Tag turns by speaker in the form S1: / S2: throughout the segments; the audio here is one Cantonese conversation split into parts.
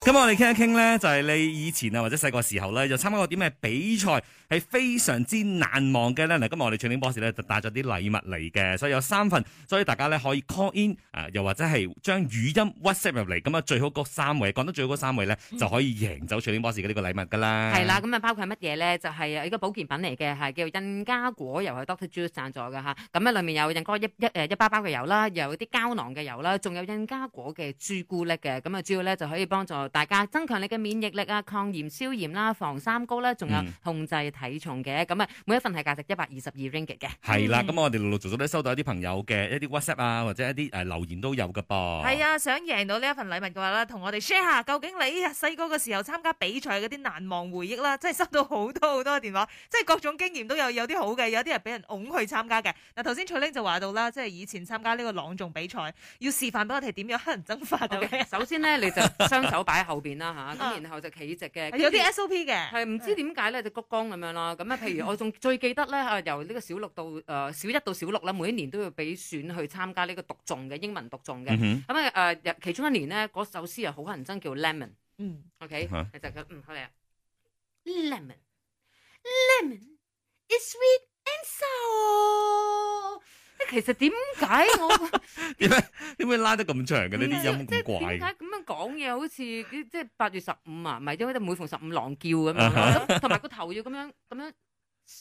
S1: 咁我哋傾一傾咧，就係你以前啊，或者細個時候咧，就參加過啲咩比賽係非常之難忘嘅咧？嗱，今日我哋唱經 boss 咧就帶咗啲禮物嚟嘅，所以有三份，所以大家咧可以 call in 啊，又或者係將語音 WhatsApp 入嚟，咁啊最好嗰三位，講得最好嗰三位咧就可以贏走唱經 boss 嘅呢個禮物噶啦。
S2: 係啦，咁啊包括係乜嘢咧？就係啊，一個保健品嚟嘅，係叫印加果油，係 Doctor Juice 贊助嘅嚇。咁咧，裡面有印加果一一呃誒一包包嘅油啦，又有啲膠囊嘅油啦，仲有印加果嘅朱古力嘅。咁啊，主要咧就可以幫助大家增強你嘅免疫力啊，抗炎消炎啦，防三高啦，仲有
S1: 嗯
S2: 控制體重嘅。咁啊，每一份係價值一百二十二 ringgit 嘅。
S1: 係啦，
S2: 嗯
S1: 咁我哋陸陸續續都收到一啲朋友嘅一啲 WhatsApp 啊，或者一啲誒留言都有噶噃。
S3: 係啊，想贏到呢一份禮物嘅話啦，同我哋 share 下究竟你啊細個嘅時候參加比賽嗰啲難忘回憶啦， 真係收到好多好多電話，即係各種經驗都有，有啲好嘅，有啲係俾人㧬去參加嘅。嗱，頭先翠玲就話到啦，即係以前參加呢個朗誦比賽，要示範俾我哋點樣黑人憎法咁
S2: OK，
S3: 樣
S2: 首先咧你就雙手擺喺後邊啦嚇，咁然後就企直嘅。
S3: 啊有啲 SOP 嘅，
S2: 係唔知點解咧，就鞠躬咁樣啦。咁啊，譬如我仲最記得咧，啊由呢個小六到誒、呃小一到小六啦，每一年都要俾選去參加呢個讀誦嘅英文讀誦嘅。
S1: 嗯哼，
S2: 咁啊誒，其中一年咧，嗰首詩啊好乞人憎，叫 Lemon。
S3: 嗯，
S2: OK，
S1: 嚇
S2: 你就咁嗯好嚟啊，Lemon。Lemon is sweet and sour。其實點解我
S1: 點解點解拉得咁長嘅呢啲音
S2: 啊即
S1: 咁
S2: 係
S1: 怪
S2: 點
S1: 嘅？
S2: 解咁樣講嘢？好似即係八月十五啊，唔係因為每逢十五狼叫咁
S1: 啊
S2: 樣啦，咁同埋個頭要咁樣咁樣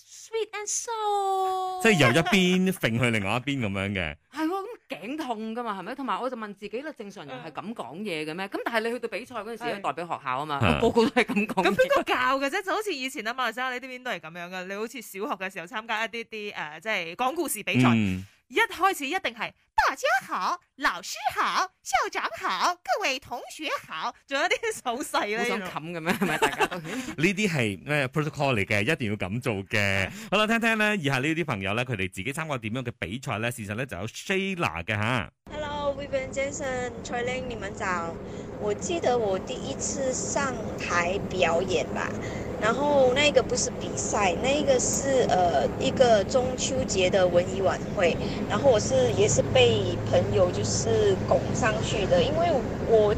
S2: sweet and sour，
S1: 即係由一邊揈去另外一邊咁樣嘅。
S2: 係喎，咁頸痛噶嘛，係咪？同埋我就問自己啦，正常人係咁講嘢嘅咩？咁但係你去到比賽嗰陣時，
S3: 係
S2: 要代表學校啊嘛，
S1: 係
S2: 個個都係咁講
S3: 咁邊
S2: 嘢。
S3: 個教嘅啫？就好似以前啊，馬來西亞呢啲邊都係咁樣嘅。你好似小學嘅時候參加一啲啲誒，即係講故事比賽。
S1: 嗯
S3: 一開始一定係大家好，老師好，校長好，各位同學好，仲有啲手勢
S2: 好
S3: 咧
S2: 想。冚咁樣，係咪大家都？
S1: 呢啲係咩 protocol 嚟嘅，一定要咁做 嘅。好啦，聽聽咧，以下呢啲朋友咧，佢哋自己參加點樣嘅比賽咧，事實咧就有 Shayla 嘅吓。
S4: Hello, Vivian Jason、崔玲，你们早。我记得我第一次上台表演吧，然后那个不是比赛，那个是呃一个中秋节的文艺晚会，然后我是也是被朋友就是拱上去的，因为我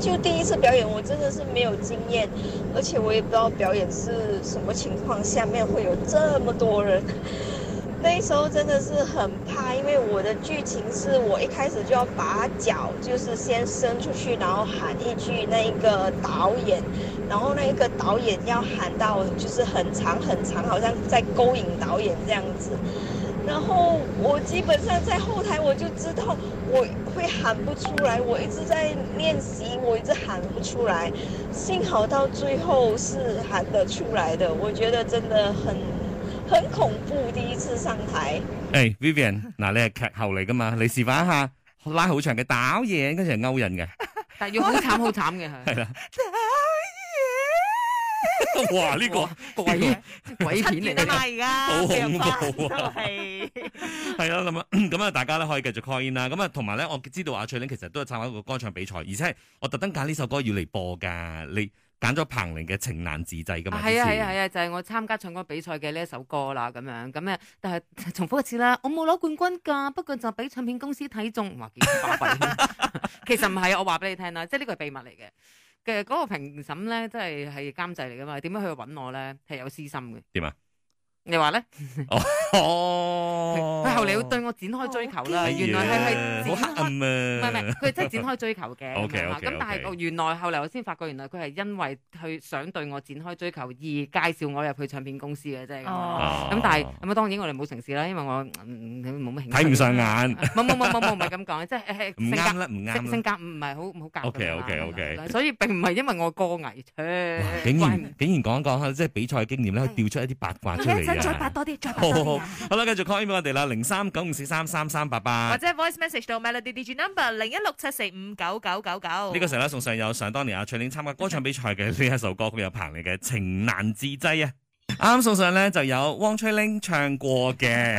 S4: 就第一次表演，我真的是没有经验，而且我也不知道表演是什么情况下面会有这么多人。那时候真的是很怕，因为我的剧情是我一开始就要把脚就是先伸出去，然后喊一句那个导演，然后那个导演要喊到就是很长很长，好像在勾引导演这样子。然后我基本上在后台我就知道我会喊不出来，我一直在练习，我一直喊不出来。幸好到最后是喊得出来的，我觉得真的很 很恐怖，第一次上台。
S1: 誒 Vivian，嗱你係劇後嚟噶嘛？你示範一下拉好長嘅打嘢，跟住係勾人 嘅。
S2: 但係要好慘好慘嘅係。
S1: 哇！呢個
S2: 鬼
S1: 呢
S2: 鬼
S3: 七
S2: 片
S3: 月
S2: 嚟
S3: 啊嘛，
S2: 嘅。
S3: 而家
S1: 好恐怖啊
S3: 係
S1: 係啦，咁啊， 咁啊，大家咧可以繼續 call in 啦。咁啊，同埋咧，我知道阿翠玲其實都係參加一個歌唱比賽，而且係我特登揀呢首歌要嚟播㗎。你揀咗彭羚嘅《情難自制》㗎嘛？
S2: 係啊係啊
S1: 啊，
S2: 係啊，就係我參加唱歌比賽嘅呢一首歌啦，咁樣咁誒， 但係重複一次啦，我冇攞冠軍㗎，不過就俾唱片公司睇中，哇幾巴閉！ 其實唔係，我話俾你聽啦，即係呢個係秘密嚟嘅。嘅嗰個評審咧，即係係監製嚟噶嘛？點樣去揾我咧？係有私心嘅。
S1: 點啊？
S2: 你話咧？佢
S1: 哦，
S2: 佢後嚟會對我展開追求啦。
S3: 好驚啊
S2: 原來
S1: 哎呀好
S2: 佢係展
S1: 黑
S2: 開
S1: 暗
S2: 唔係唔係
S1: 啊！，
S2: 佢真係展開追求嘅。咁
S1: OK，OK，
S2: 樣啦咁但
S1: OK
S2: 係原來後嚟我先發覺，原來佢係因為佢想對我展開追求而介紹我入去唱片公司嘅啫。咁樣
S3: 哦
S2: 咁但係咁啊，當然我哋冇成事啦，因為我嗯冇乜興趣
S1: 睇唔上眼，
S2: 冇冇冇冇冇，唔係咁講，即係係
S1: 唔
S2: 性
S1: 啱
S2: 格
S1: 啦，唔
S2: 性
S1: 啱啦。
S2: 性格唔係好唔好夾㗎嘛。
S1: OK，OK，OK
S2: 係啦所以並唔係因為我歌藝，切
S1: 哇竟
S2: 怪唔
S1: 然竟然講一講下，即係比賽經驗咧，可以調出一啲八卦出嚟啊！
S3: 多啲，再
S1: 好好好，好啦，繼續 call in 俾我哋啦，零三九五四三三三八八
S3: 或。者 voice message 到 melody D G number 零一六七四五九九九九。
S1: 呢個時候咧，送上有想當年阿翠玲參加歌唱比賽嘅呢一首歌曲，有彭羚嘅《情難自制》啊！啱送上咧就有汪翠玲唱過嘅，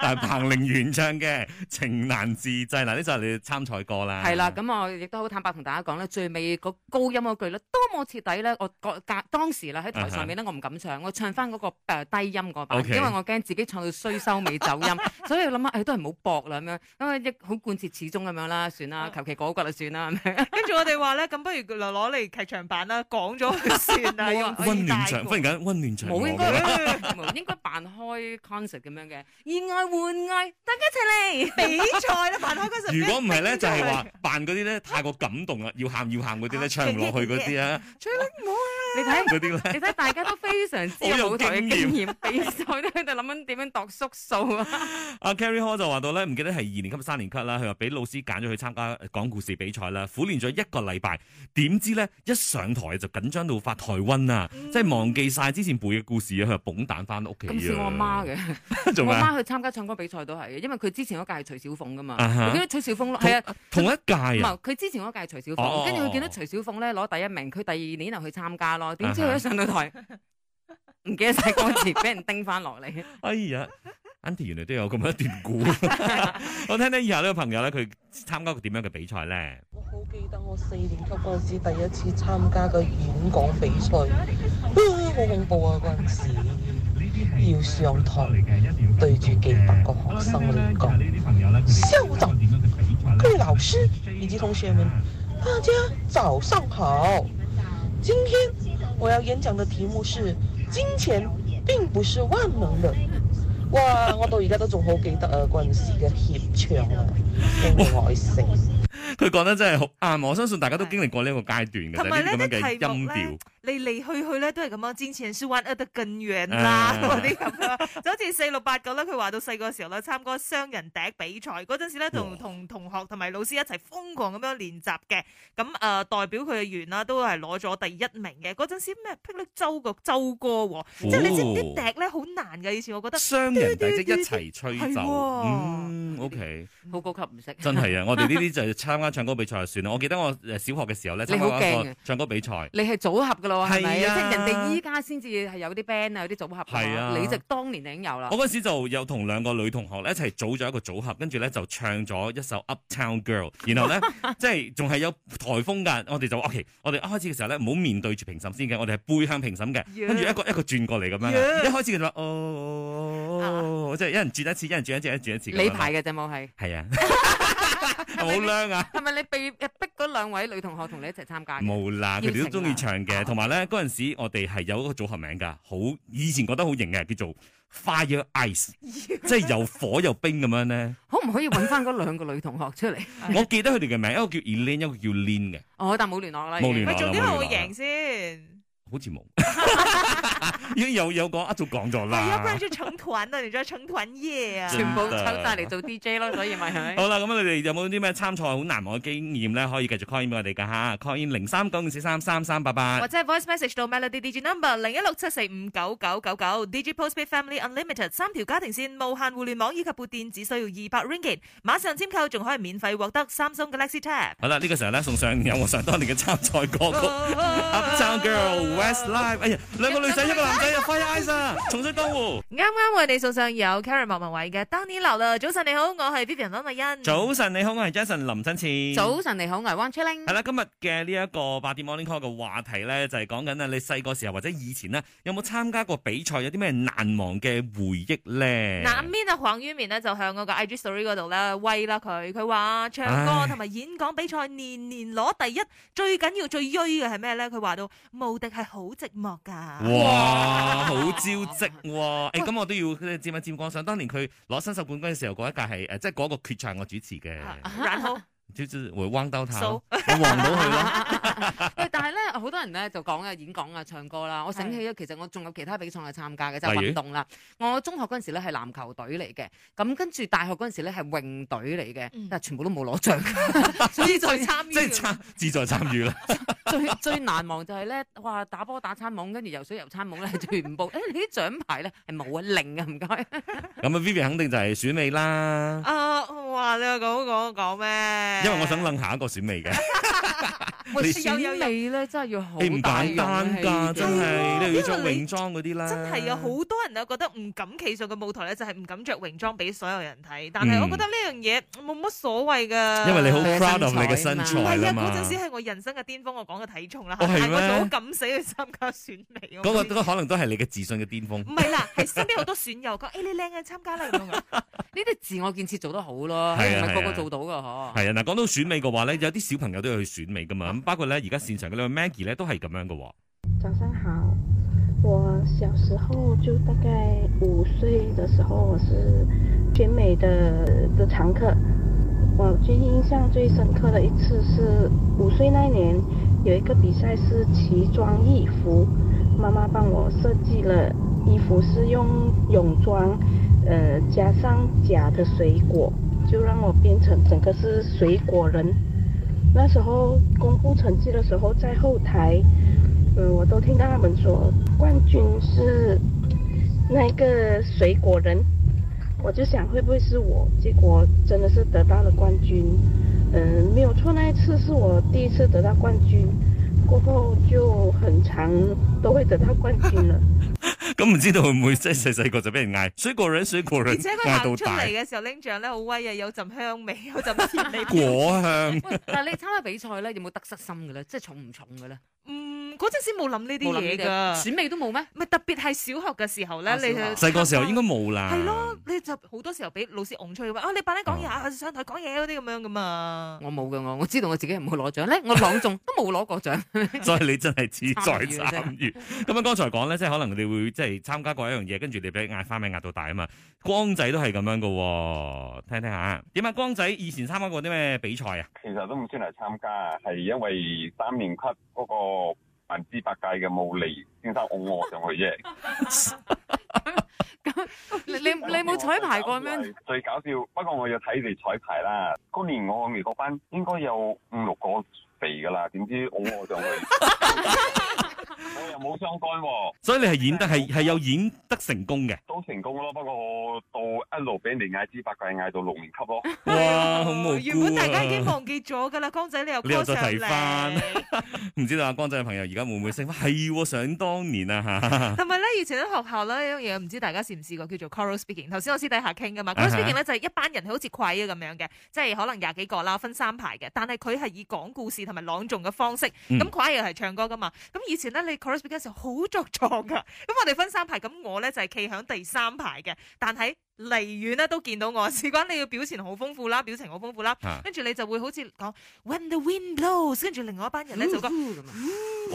S1: 但係彭玲原唱嘅《情難自制》嗱，呢就係你參賽歌啦。
S2: 係啦，咁我亦都好坦白同大家講咧，最尾個高音嗰句咧，多麼徹底咧，我個隔當時啦喺台上面咧，我唔敢唱，我唱翻嗰個誒低音嗰版，因
S1: OK
S2: 為我驚自己唱到衰收尾走音，所以我諗下，誒都係唔好搏啦咁樣，咁啊一好貫徹始終咁樣啦，算啦，求其嗰骨就算啦咁樣。
S3: 跟住我哋話咧，咁不如就攞嚟劇場版啦，講咗佢算啦，
S2: 冇啊
S3: 哎用
S1: 溫暖
S3: 自帶
S1: 場，忽然間溫暖場
S2: 冇應
S1: 我
S2: 該
S1: 嘅，
S2: 冇應該扮開 concert 咁樣嘅，以愛換愛，大家 一齊嚟。
S3: 比賽啦，扮開嗰 陣。
S1: 如果唔係 咧，就係話
S3: 邊
S1: 扮嗰啲咧太過感動啦，啊要喊要喊嗰
S2: 啊
S1: 啲咧，唱唔落去嗰啲 啊，
S2: 你睇
S1: 嗰啲咧
S2: 你睇大家都非常之
S1: 好有
S2: 有舞台嘅經
S1: 經
S2: 驗，比賽都喺度諗緊點樣度縮數啊！
S1: 阿 Carrie Hall 就話到咧，唔記得係二年級三年級啦，佢話俾老師揀咗去參加呃講故事比賽啦，苦練咗一個禮拜，點知咧一上台就緊張到發台瘟啊，
S2: 嗯
S1: 即係忘記晒之前背嘅故事啊，佢話捧蛋翻屋企啊。
S2: 咁似我阿媽 嘅，
S1: 做
S2: 我
S1: 咩
S2: 阿
S1: 啊？
S2: 媽去參加唱歌比賽都係嘅，因為佢之前嗰屆係徐小鳳噶嘛，
S1: 啊哈
S2: 佢見到徐小鳳咯，係啊，
S1: 同一
S2: 唔
S1: 屆啊
S2: 係，佢之前嗰屆係徐小
S1: 哦哦哦
S2: 鳳，跟住佢見到徐小鳳咧攞第一名，佢第二年就去參加咯，點知佢一上到台
S1: 啊
S2: 唔記得晒歌詞，俾人叮翻 落嚟。
S1: 哎 呀，Auntie 原來都有咁一段故。我聽聽以下呢個朋友咧，佢參加過點樣嘅比賽咧？
S5: 我好記得我四年級嗰陣時，第一次參加個演講比賽，啊好恐怖啊！嗰陣時要上台對住幾百個學生嚟講，校長、各位老師以及同學們，大家早上好。今天我要演講的題目是「金錢並不是萬能的」。哇！我到而家都仲好記得啊，嗰陣時嘅協唱啊，因為我愛勝。
S1: 佢講得真係好啱，我相信大家都經歷過呢個階段嘅，就
S3: 同
S1: 係
S3: 埋
S1: 呢啲咁
S3: 呢
S1: 樣嘅
S3: 啲題
S1: 音
S3: 目咧
S1: 調。，
S3: 嚟嚟去去咧都係咁樣，之前是玩得更遠啦
S1: 啊
S3: 嗰啲咁啦，就好似四六八九咧，佢話到細個嘅時候咧，參加雙人笛比賽嗰陣時咧，
S1: 哇
S3: 同同同學同埋老師一齊瘋狂咁樣練習嘅，咁誒、呃代表佢嘅縣啦，都係攞咗第一名嘅。嗰陣時咩霹靂州個州歌喎，即係你知唔知
S1: 哦
S3: 笛咧好難嘅？以前我覺得。
S1: 雙人底即一齊吹
S3: 係
S1: 奏，
S3: 喎
S1: 嗯，OK，
S2: 好高級唔識，
S1: 真係啊！我哋呢啲就係參加唱歌比賽就算啦。我記得我誒小學嘅時候咧，參
S2: 你好
S1: 加一
S2: 驚
S1: 個
S2: 啊
S1: 唱歌比賽，
S2: 你係組合噶咯，係咪？
S1: 係
S2: 即
S1: 啊
S2: 係人哋依家先至係有啲 band 啊，有啲組合㗎嘛。
S1: 係啊
S2: 你就當年已經有啦
S1: 我。嗰時就有同兩個女同學咧一齊組咗一個組合，跟住咧就唱咗一首 Uptown Girl，然後咧 即係仲係有颱風㗎，我哋就 OK，我哋一開始嘅時候咧唔好面對住評審先嘅，我哋係背向評審嘅，
S3: Yeah
S1: 跟住一個一個轉過嚟咁樣嘅，
S3: Yeah
S1: 一開始就話哦哦，哦哦即係一人轉一次，一人轉一次，一人轉一次咁樣啦。啊
S2: 啊你排嘅啫，冇係。
S1: 係 啊，好靚啊！
S2: 係咪你被逼嗰兩位女同學同你一齊參加嘅？
S1: 冇啦，佢
S2: 要
S1: 哋都
S2: 成
S1: 中意
S2: 啦
S1: 唱嘅，
S2: 啊
S1: 同埋咧嗰陣時我哋係有一個組合名㗎，好以前覺得好型嘅，叫做 Fire Ice，即係又火又冰咁樣咧。
S2: 可唔可以揾翻嗰兩個女同學出嚟？
S3: 啊
S1: 我記得佢哋嘅名，一個叫 Elaine，一個叫 Lin 嘅，
S2: 哦，但冇聯絡啦，
S1: 冇聯
S3: 喂，
S1: 絡
S3: 重
S1: 啦
S3: 點係我
S1: 冇聯絡
S3: 贏先。
S1: 好似冇， 已經有有講一早講咗
S3: 係，要啊不然
S1: 啦。
S3: 就成團啊啦，你知道成團夜啊。
S2: 全部抽晒嚟做 DJ 咯，所以咪係咪？
S1: 好啦，咁啊你哋有冇啲咩參賽好難忘嘅經驗咧？可以繼續 call in 俾我哋㗎吓 c a l l in 零三九五四三三三八八
S3: 或。者係 voice message 到 Melody D G number 零一六七四五九九九九 D G Postpaid Family Unlimited 三條家庭線無限互聯網以及撥電只需要二百 ringgit，馬上簽購仲可以免費獲得三星 Galaxy Tab。
S1: 好啦，呢個時候咧送上有我想當年嘅參賽歌 曲。Uptown Girl Westlife，哎呀，兩個女仔一個男仔啊，Fire Eyes 啊，重出江湖。
S3: 啱啱為你送上有 Karen 莫文蔚嘅《當年流》啦，早晨你好，我係 Vivian 温慧欣。
S1: 早晨，你好，我係 Jason 林振前。
S2: 早晨你好，我係汪翠玲
S1: 係。啦，今日嘅呢一個八點 morning call 嘅話題咧，就係講緊啊，你細個時候或者以前呢，有冇參加過比賽，有啲咩難忘嘅回憶咧？
S3: 嗱，咁邊啊黃于綿呢，就向我個 IG story 嗰度咧威啦佢，佢話唱
S1: 唉
S3: 歌同埋演講比賽年年攞第一，最緊要最衰嘅係咩咧？佢話到無敵係好寂寞㗎。
S1: 哇，好招積喎！誒，咁我都要沾一沾光。想當年佢攞新手冠軍嘅時候，嗰一屆係誒，即係嗰個決賽我主持嘅，
S3: 啊然後
S1: 就是我彎到他，
S3: So-
S1: 我望到佢咯。
S2: 喂， 但係咧，好多人咧就講啊演講啊、唱歌啦。我醒起咗，其實我仲有其他比賽係參加嘅，就係
S1: 例如
S2: 運動啦。我中學嗰陣時咧係籃球隊嚟嘅，咁跟住大學嗰陣時咧係泳隊嚟嘅
S3: 嗯，
S2: 但係全部都冇攞獎， 所以最
S3: 參
S1: 即係參自在參與啦，
S2: 最最難忘就係咧，哇！打波打餐懵，跟住游水游餐懵咧，全部誒、 你啲獎牌咧係冇啊零啊，唔該。
S1: 咁啊 Vivi 肯定就係選美啦。
S3: 啊！哇！你又講講講咩？嘅。
S1: 因為我想楞下一個選美嘅，
S2: 喂，
S1: 你
S2: 選美咧真係要好
S1: 你唔
S2: 大
S1: 簡
S2: 勇
S1: 單
S2: 氣
S1: 㗎，真
S3: 係
S1: 係
S3: 喎
S1: 你又要着
S3: 因為你
S1: 泳裝嗰啲啦，
S3: 真係有好多人啊，覺得唔敢企上個舞台咧，就係唔敢着泳裝俾所有人睇。但係我覺得呢樣嘢冇乜所謂㗎，
S1: 嗯因為你好
S2: 佢嘅
S1: proud of 你
S2: 身
S1: 嘅身
S2: 材嘛
S3: 唔
S1: 材
S3: 係
S1: 啦
S3: 啊，
S1: 嘛
S3: 嗰陣。時係我人生嘅巔峰，我講嘅體重啦，
S1: 哦係
S3: 但我
S1: 咩
S3: 就好敢死去參加選美。
S1: 嗰
S3: 我
S1: 個
S3: 覺
S1: 都
S3: 得
S1: 可能都係你嘅自信嘅巔峰。
S3: 唔係啦，係身邊好多選 友講，誒你靚啊，參加啦咁樣。
S2: 呢啲自我建設做得好咯，唔
S1: 係啊
S2: 係個
S1: 係
S2: 個
S1: 啊
S2: 做到㗎嗬。
S1: 係啊，嗱，講到選美嘅話咧，有啲小朋友都有去選美噶嘛，
S3: 哦
S1: 咁包括咧而家擅長嘅呢位 Maggie 咧都係咁樣嘅喎。
S6: 早上好，我小时候就大概五岁的时候，我是选美的的常客。我最印象最深刻的一次是五岁那一年，有一个比赛是奇装异服，妈妈帮我设计了衣服是用泳装，呃，加上假的水果，就让我变成整个是水果人。那时候公布成绩的时候，在后台，嗯，我都听到他们说冠军是那个水果人，我就想会不会是我？结果真的是得到了冠军。嗯，没有错，那一次是我第一次得到冠军，过后就很长都会得到冠军了。
S1: 咁唔知道會唔會即係細細個就俾人嗌水果人水果
S3: 而
S1: 人，
S3: 且嗯佢
S1: 嗌
S3: 行
S1: 到
S3: 出嚟
S1: 大
S3: 嘅時候拎 獎咧，好威啊，有陣香味，有陣甜味。
S1: 果香。
S2: 喂，但係你參加比賽咧，有冇得失心嘅咧？即係重唔重嘅咧？
S3: 嗯，嗰陣時冇諗
S2: 冇
S3: 呢啲嘢
S2: 諗
S3: 㗎
S2: 呢。選美都冇咩？
S3: 唔係特別係小學嘅時候咧，
S2: 啊
S3: 你
S2: 小學
S1: 細個時候應該冇啊啦。
S3: 係咯，你就好多時候俾老師㧬出去話啊，你扮啲講嘢啊，上台講嘢嗰啲咁樣噶嘛。
S2: 我冇嘅，我我知道我自己唔會攞獎咧，我朗中都冇攞 過獎。
S1: 所以你真係志在參
S2: 參
S1: 與。咁啊，剛才講咧，即係可能你會即係參加過一樣嘢，跟住你俾嗌花名嗌到大啊嘛。光仔都係咁樣噶、喎，聽聽下。點啊？光仔以前參加過啲咩比賽啊？
S7: 其實都唔算係參加啊，係因為三年級嗰個萬之百界嘅冇嚟先生㧬我上去啫。
S2: 你 你你冇彩排過咩？
S7: 最搞笑，不過我要睇你彩排啦。嗰年我哋嗰班應該有五六個肥噶啦，點知㧬 我上去，我又冇相干喎、
S1: 所以你係演得
S3: 啊
S1: 係係有演得成功嘅。
S7: 都成功咯。不過我到一路俾人哋嗌之百界，嗌到六年級咯。
S1: 哇，好無
S3: 啊原本
S1: 辜
S3: 大家已經
S1: 啊！
S3: 忘記咗㗎啦，江仔你又
S1: 你又
S3: call
S1: 再
S3: 上
S1: 提返
S3: 嚟。
S1: 唔知道阿光仔嘅朋友而家會唔會升翻？係喎，想當年啊 嚇。
S3: 同埋咧，以前喺學校咧，有一樣嘢唔知大家試唔試過，叫做 choral speaking。頭先我私底下傾噶嘛
S1: 啊
S3: ，choral
S1: 哈
S3: speaking 咧就係一班人好似跪啊咁樣嘅，即係可能廿幾個啦，分三排嘅。但係佢係以講故事同埋朗誦嘅方式，
S1: 嗯
S3: 咁跪又係唱歌噶嘛。咁以前咧，你 choral speaking 嘅時候好作狀噶。咁我哋分三排，咁我咧就係企響第三排嘅，但係離遠咧都見到我。事關你要表情好豐富啦，表情好豐富啦
S1: 啊，
S3: 跟住你就會好似講 When the wind blows，跟住另外一班人咧就講
S1: 嗯
S2: 咁啊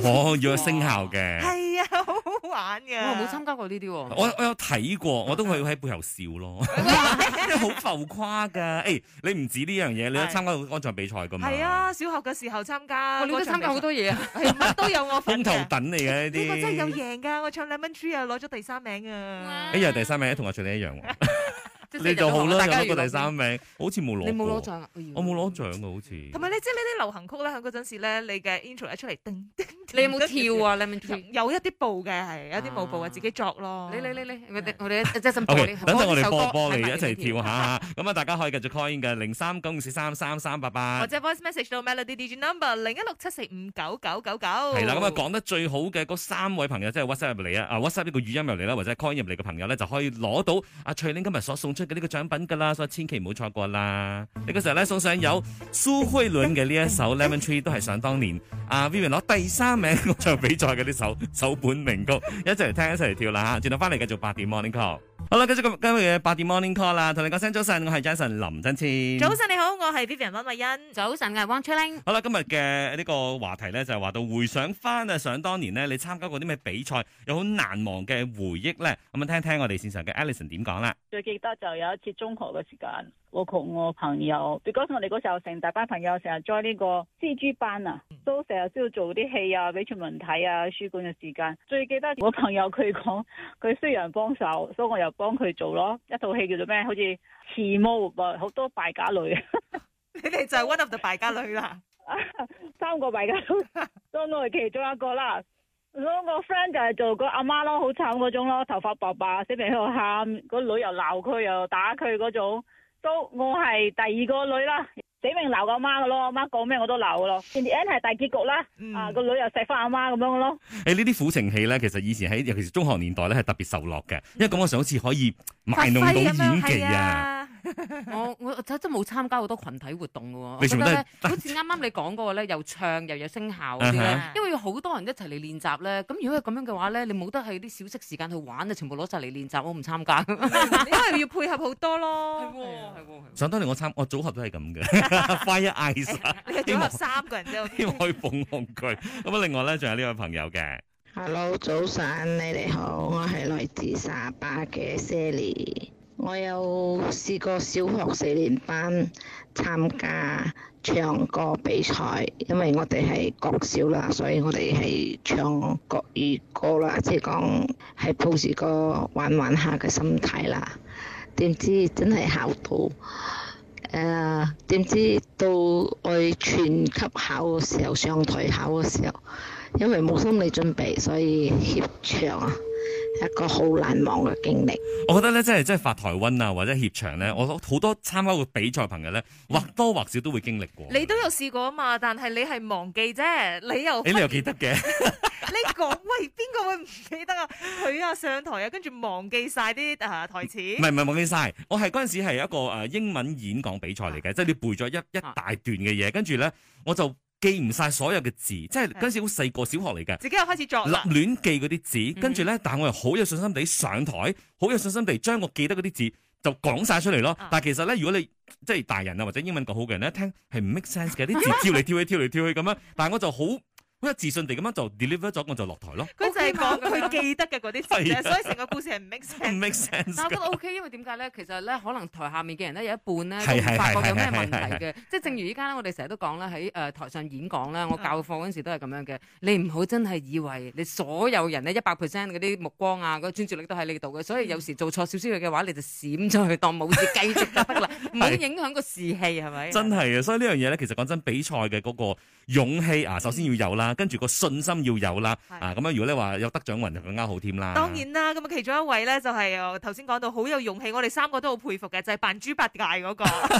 S1: 哦，要有聲效嘅。
S3: 係啊，好好玩嘅。
S2: 我冇參加過呢啲喎。
S1: 我我有睇過，我都係喺背後笑 咯，因為好浮誇㗎。誒、你唔止呢樣嘢，你都
S3: 係
S1: 參加過安在比賽㗎嘛？
S3: 係啊，小學嘅時候參加，
S2: 哇你都參加好，多嘢啊！
S3: 係乜都有我
S1: 風
S3: 份嘅。
S1: 頭
S3: 哎呢
S1: 等你嘅呢啲。
S3: 個真係有贏㗎，我唱 Lemon Tree 啊，攞咗第三名啊！
S1: 哎呀，第三名同阿徐你一 樣喎，
S2: 即係
S1: 你就好啦，
S2: 大
S1: 有
S2: 家
S1: 攞過
S2: 要
S1: 第三名，我好似冇攞過。
S2: 你冇攞獎啊？哎呀
S1: 我冇攞。獎㗎，好似。
S3: 同埋你知呢啲流行曲咧，喺嗰陣時咧，你嘅 intro 一出嚟，叮叮，
S2: 你有冇跳啊？Lemon Tree，
S3: 有？有一啲步嘅係，有啲舞步啊，
S2: 啊
S3: 自己作咯。
S2: 你你你你，我哋我哋一陣
S1: O
S2: 播
S1: K，
S2: 你
S1: 等陣我哋播播你
S2: 呢
S1: 一
S2: 首歌
S1: 齊跳。下嚇，咁啊大家可以繼續 call in 嘅零三九五四三三三八八
S3: 或。者 voice message 到 Melody D G number 零一六七四五九九九九。
S1: 係
S3: 係
S1: 啦，咁啊講得最好嘅嗰三位朋友，即係 WhatsApp 入嚟啊，啊 WhatsApp 呢個語音入嚟啦，或者 call in 入嚟嘅朋友咧，就可以攞到阿翠玲今日所送出嘅呢個獎品㗎啦，所以千祈唔好錯過啦。呢個時候咧送上有蘇慧倫嘅呢一首 Lemon Tree，都係想當年阿 Vivian 攞第三名嗰場比賽嘅呢首首本名曲，一齊嚟聽一齊嚟跳啦啊嚇。轉頭翻嚟繼續八點 Morning Call。好啦，繼續今今日嘅八點 Morning Call 啦，同你講聲早晨，我係 Jason 林真千。
S3: 早晨你好，我係 Vivian 温慧 欣。
S2: 早晨，啊我係汪 t r i n
S1: 好啦，今日嘅呢個話題咧就係話到回想翻啊，想當年呢，你參加過啲咩比賽，有好難忘嘅回憶咧。咁啊，聽聽我哋線上嘅 Alison 點講啦。
S8: 最記得就有一次中學嘅時間，我同我朋友，如果我哋嗰時候成大班朋友成日 join 呢個 C G 班啊，都成日都要做啲戲啊，俾全民睇啊，書館嘅時間。最記得我朋友佢講，佢需要人幫手，所以我又幫佢做咯。一套戲叫做咩？好似慈母啊，好多敗家女，
S3: 你哋就係 one of the 敗家女啦。
S8: 三個敗家女，當我係其中一個啦。咁我 friend 就係做個阿媽咯，好慘嗰種咯，頭髮白白，死命喺度喊，個女又鬧佢又打佢嗰種。都我係第二個女啦，死命鬧個阿媽嘅咯，阿媽講咩我都鬧嘅咯。in the end 係大結局啦，
S3: 嗯
S8: 啊個女又錫翻阿媽咁樣咯。
S1: 誒呢啲苦情戲咧，其實以前喺尤其是中學年代咧係特別受落嘅，因為咁我上好似可以賣弄到
S3: 發揮咁樣
S1: 演技
S3: 係
S1: 啊。
S3: 啊！
S2: 我我真真冇參加好多群體活動嘅喎，我
S1: 你
S2: 覺
S1: 全部
S2: 得
S1: 都係
S2: 咧，好似啱啱你講嗰個咧，又唱又有聲效嗰啲
S1: 啊
S2: 咧
S3: 哈，
S2: 因為要好多人一齊嚟練習咧。咁如果係咁樣嘅話咧，你冇得係啲小息時間去玩啊，全部攞晒嚟練習，我唔參加。係
S3: 因為要配合好多咯，
S2: 係喎。
S1: 想當年我參我組合都係咁嘅 ，Fire Eyes 啊
S3: 你係組合三個人啫，
S1: 希望可以捧紅佢。咁啊，另外咧仲有呢位朋友嘅，
S9: Hello，早晨，你哋好，我係來自沙巴嘅 Sally。我有試過小學四年班參加唱歌比賽，因為我哋係國小啦，所以我哋係唱國語歌啦，即係講係抱住個玩玩下嘅心態啦。點知真係考到誒點、知到我哋全級考嘅時候，上台考嘅時候，因為冇心理準備，所以怯場啊，一個好難忘嘅經歷。
S1: 我覺得咧，即係即係發台灣啊，或者協場咧，我好多參加過比賽朋友咧，或多或少都會經歷過。
S3: 你都有試過啊嘛，但係你係忘記啫，你又
S1: 誒你又記得嘅？
S3: 你講喂，邊個會唔記得啊？佢啊上台啊，跟住忘記晒啲啊台詞
S1: 唔。係唔係忘記晒，我係嗰陣時係一個誒英文演講比賽嚟嘅，即係你背咗一一
S2: 啊
S1: 大段嘅嘢，跟住咧我就記唔晒所有嘅字，即係嗰陣時好細個，小學嚟嘅。
S3: 自己又開始作
S1: 立
S3: 啦，
S1: 亂記嗰啲字，跟住咧，但係我又好有信心地上台，好有信心地將我記得嗰啲字就講晒出嚟咯
S3: 啊。
S1: 但係其實咧，如果你即係大人啊，或者英文講好嘅人咧，聽係唔 make sense 嘅，啲字跳嚟跳去，跳嚟跳去咁樣。但係我就好好有自信地咁樣就 deliver 咗，我就落台咯，
S3: 佢就係講佢記得嘅嗰啲字
S1: 係啊啊
S3: 啫，所以成個故事係唔 make
S1: 唔
S3: sense。
S1: make sense
S2: 但我覺得
S1: 㗎。
S2: OK，因為點解咧？其實咧，可能台下面嘅人咧有一半
S1: 係
S2: 咧都唔
S1: 係
S2: 發
S1: 係
S2: 覺有咩
S1: 係
S2: 問
S1: 係
S2: 題嘅。即係正如依家咧，我哋成日都講啦，喺誒台上演講啦，我教課嗰陣時都係咁樣嘅。你唔好真係以為你所有人咧一百 percent 嗰啲目光啊，嗰個專注力都喺你度嘅。所以有時做錯少少嘢嘅話，你就閃咗去當冇事繼續就得啦，唔好影響個士氣係咪？
S1: 真係啊！所以呢樣嘢咧，其實講真，比賽嘅嗰個勇氣啊，首先要有啦，跟住個信心要有啦。
S3: 係
S1: 啊，咁樣如果你話有得獎運就更加好添啦。
S3: 當然啦，咁啊其中一位咧就係呃頭先講到好有勇氣，我哋三個都好佩服嘅，就係扮豬八戒嗰個。
S1: 係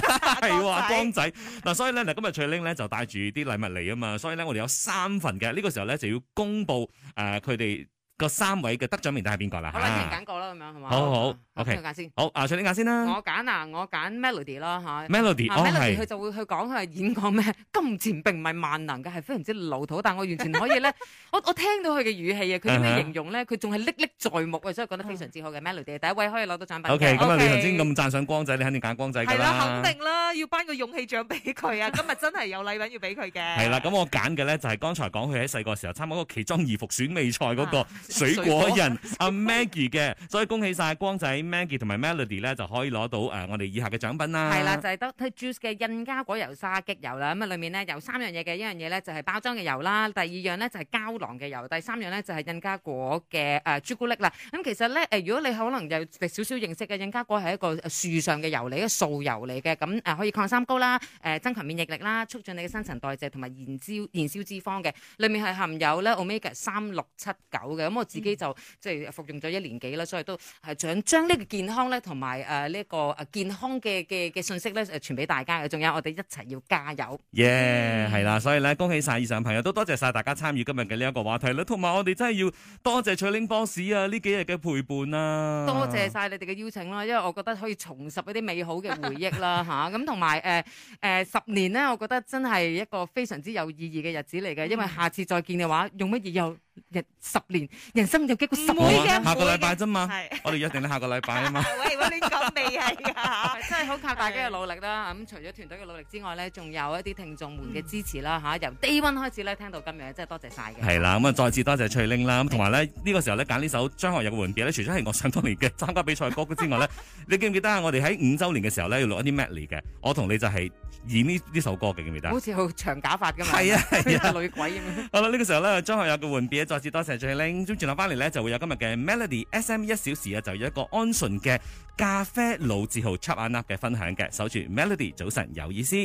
S1: 喎， 阿
S3: 光
S1: 光仔嗱，所以咧嗱，今日翠玲咧就帶住啲禮物嚟啊嘛，所以咧我哋有三份嘅，呢個時候咧就要公布誒佢哋個三位嘅得獎名單係邊個啦
S2: 好啦，一人
S1: 嚇
S2: 揀過啦，咁樣係嘛？
S1: 好好
S2: 啊
S1: OK
S2: 邊個揀先。
S1: 好，阿翠玲揀先啦
S2: 我揀啊，我揀 Melody 啦嚇。
S1: ，Melody
S2: 啊
S1: 哦
S2: Melody 佢
S1: 係，
S2: 就會去講佢係演講咩， 金錢並唔係萬能嘅，係非常之老土。但我完全可以咧， 我我聽到佢嘅語氣啊，佢點
S1: 嗯哼
S2: 樣形容咧，佢仲係歷歷在目啊，所以講得非常之好嘅 Melody，第一位可以攞到獎品嘅。
S1: OK，咁啊
S3: OK
S1: 你頭先咁讚賞光仔，你肯定揀光仔㗎
S3: 係啦，
S1: 啦，
S3: 肯定啦，要頒個勇氣獎俾佢啊！今日真係有禮品要俾佢嘅。
S1: 係啦，咁我揀嘅咧就係剛才講佢喺細個時候參加嗰個奇裝異服選美賽嗰個
S2: 啊
S1: 水果人阿 Maggie 嘅，所以恭喜晒光仔 Maggie 同埋 Melody 咧就可以攞到誒我哋以下嘅獎品啦。
S2: 係啦，就係得 juice 嘅印加果油沙棘油啦，咁啊裏面咧有三樣嘢嘅，一樣嘢咧就係包裝嘅油啦，第二樣咧就係膠囊嘅油，第三樣咧就係印加果嘅誒朱古力啦。咁其實咧誒，如果你可能有少少認識嘅，印加果係一個呃樹上嘅油嚟，一個素油嚟嘅，咁呃誒可以抗三高啦，誒增強免疫力啦，促進你嘅新陳代謝同埋燃燒燃燒脂肪嘅，裏面係含有咧 omega 三六七九嘅，咁我自己就即係服用咗一年幾啦，所以都係想將呢個健康咧，同埋誒呢一個誒健康嘅嘅嘅信息咧，誒傳俾大家嘅。仲有我哋一齊要加油。
S1: 耶，
S2: 嗯
S1: 係啦，所以咧，恭喜晒以上朋友，都多謝晒大家參與今日嘅呢一個話題啦，同埋我哋真係要多謝翠玲 boss 啊，呢幾日嘅陪伴啊，
S2: 多謝晒你哋嘅邀請啦，因為我覺得可以重拾一啲美好嘅回憶啦吓，咁同埋誒誒十年咧，我覺得真係一個非常之有意義嘅日子嚟嘅，因為下次再見嘅話，用乜嘢又日十年，人生有幾個十
S3: 唔會
S1: 好
S2: 年
S1: 啊
S3: 嘅
S1: 下個
S3: 唔會嘅
S1: 禮拜啫嘛，
S3: 係。。
S1: 我哋約定你下個禮拜啊嘛
S3: 喂喂，你講未係啊噶？
S2: 真係好靠大家嘅努力啦！咁除咗團隊嘅努力之外咧，仲有一啲聽眾們嘅支持啦吓，由 Day One 開始咧聽到今日，真係多謝晒嘅。
S1: 係啦，咁啊再次多謝翠玲啦，咁同埋咧呢個時候咧揀呢首張學友嘅《換別》咧，除咗係我想當年嘅 參加比賽歌之外咧， 你記唔記得啊？我哋喺五週年嘅時候咧要錄一啲 medley 嘅，我同你就係演呢呢首歌嘅，記唔記得啊？
S2: 好似好長假髮咁嘛，
S1: 係啊係啊
S2: 啊， 女鬼咁樣。
S1: 好啦，呢、個時候咧，張學友嘅換別再次多謝最玲。咁轉頭翻嚟咧，就會有今日嘅 Melody S M 一小時啊，就有一個安順嘅咖啡老字號 Chop and Up 嘅分享嘅，守住 Melody 早晨有意思。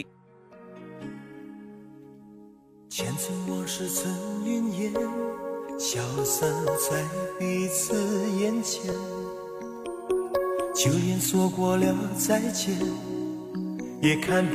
S10: 千层往事曾云烟，消散在彼此眼前。就连说过了再见，也看不。